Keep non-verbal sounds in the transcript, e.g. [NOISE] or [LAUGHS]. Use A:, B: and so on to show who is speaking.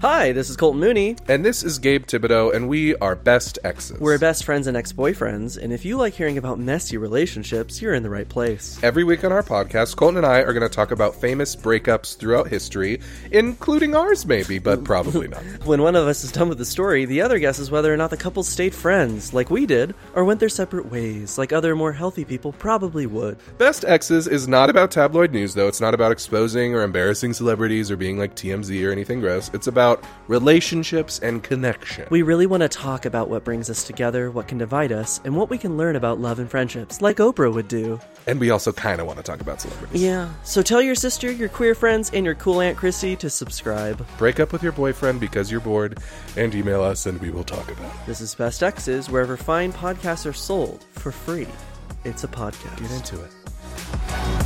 A: Hi, this is Colton Mooney.
B: And this is Gabe Thibodeau, and we are best exes.
A: We're best friends and ex boyfriends, and if you like hearing about messy relationships, you're in the right place.
B: Every week on our podcast, Colton and I are going to talk about famous breakups throughout history, including ours, maybe, but
A: [LAUGHS]
B: probably not.
A: When one of us is done with the story, the other guesses whether or not the couple stayed friends, like we did, or went their separate ways, like other more healthy people probably would.
B: Best Exes is not about tabloid news, though. It's not about exposing or embarrassing celebrities or being like TMZ or anything gross. It's about relationships and connection.
A: We really want to talk about what brings us together, what can divide us, and what we can learn about love and friendships, like Oprah would do.
B: and we also kind of want to talk about celebrities.
A: Yeah. So tell your sister, your queer friends, and your cool Aunt Chrissy to subscribe.
B: Break up with your boyfriend because you're bored, and email us, and we will talk about it.
A: This is Best Exes, wherever fine podcasts are sold for free. It's a podcast.
B: Get into it.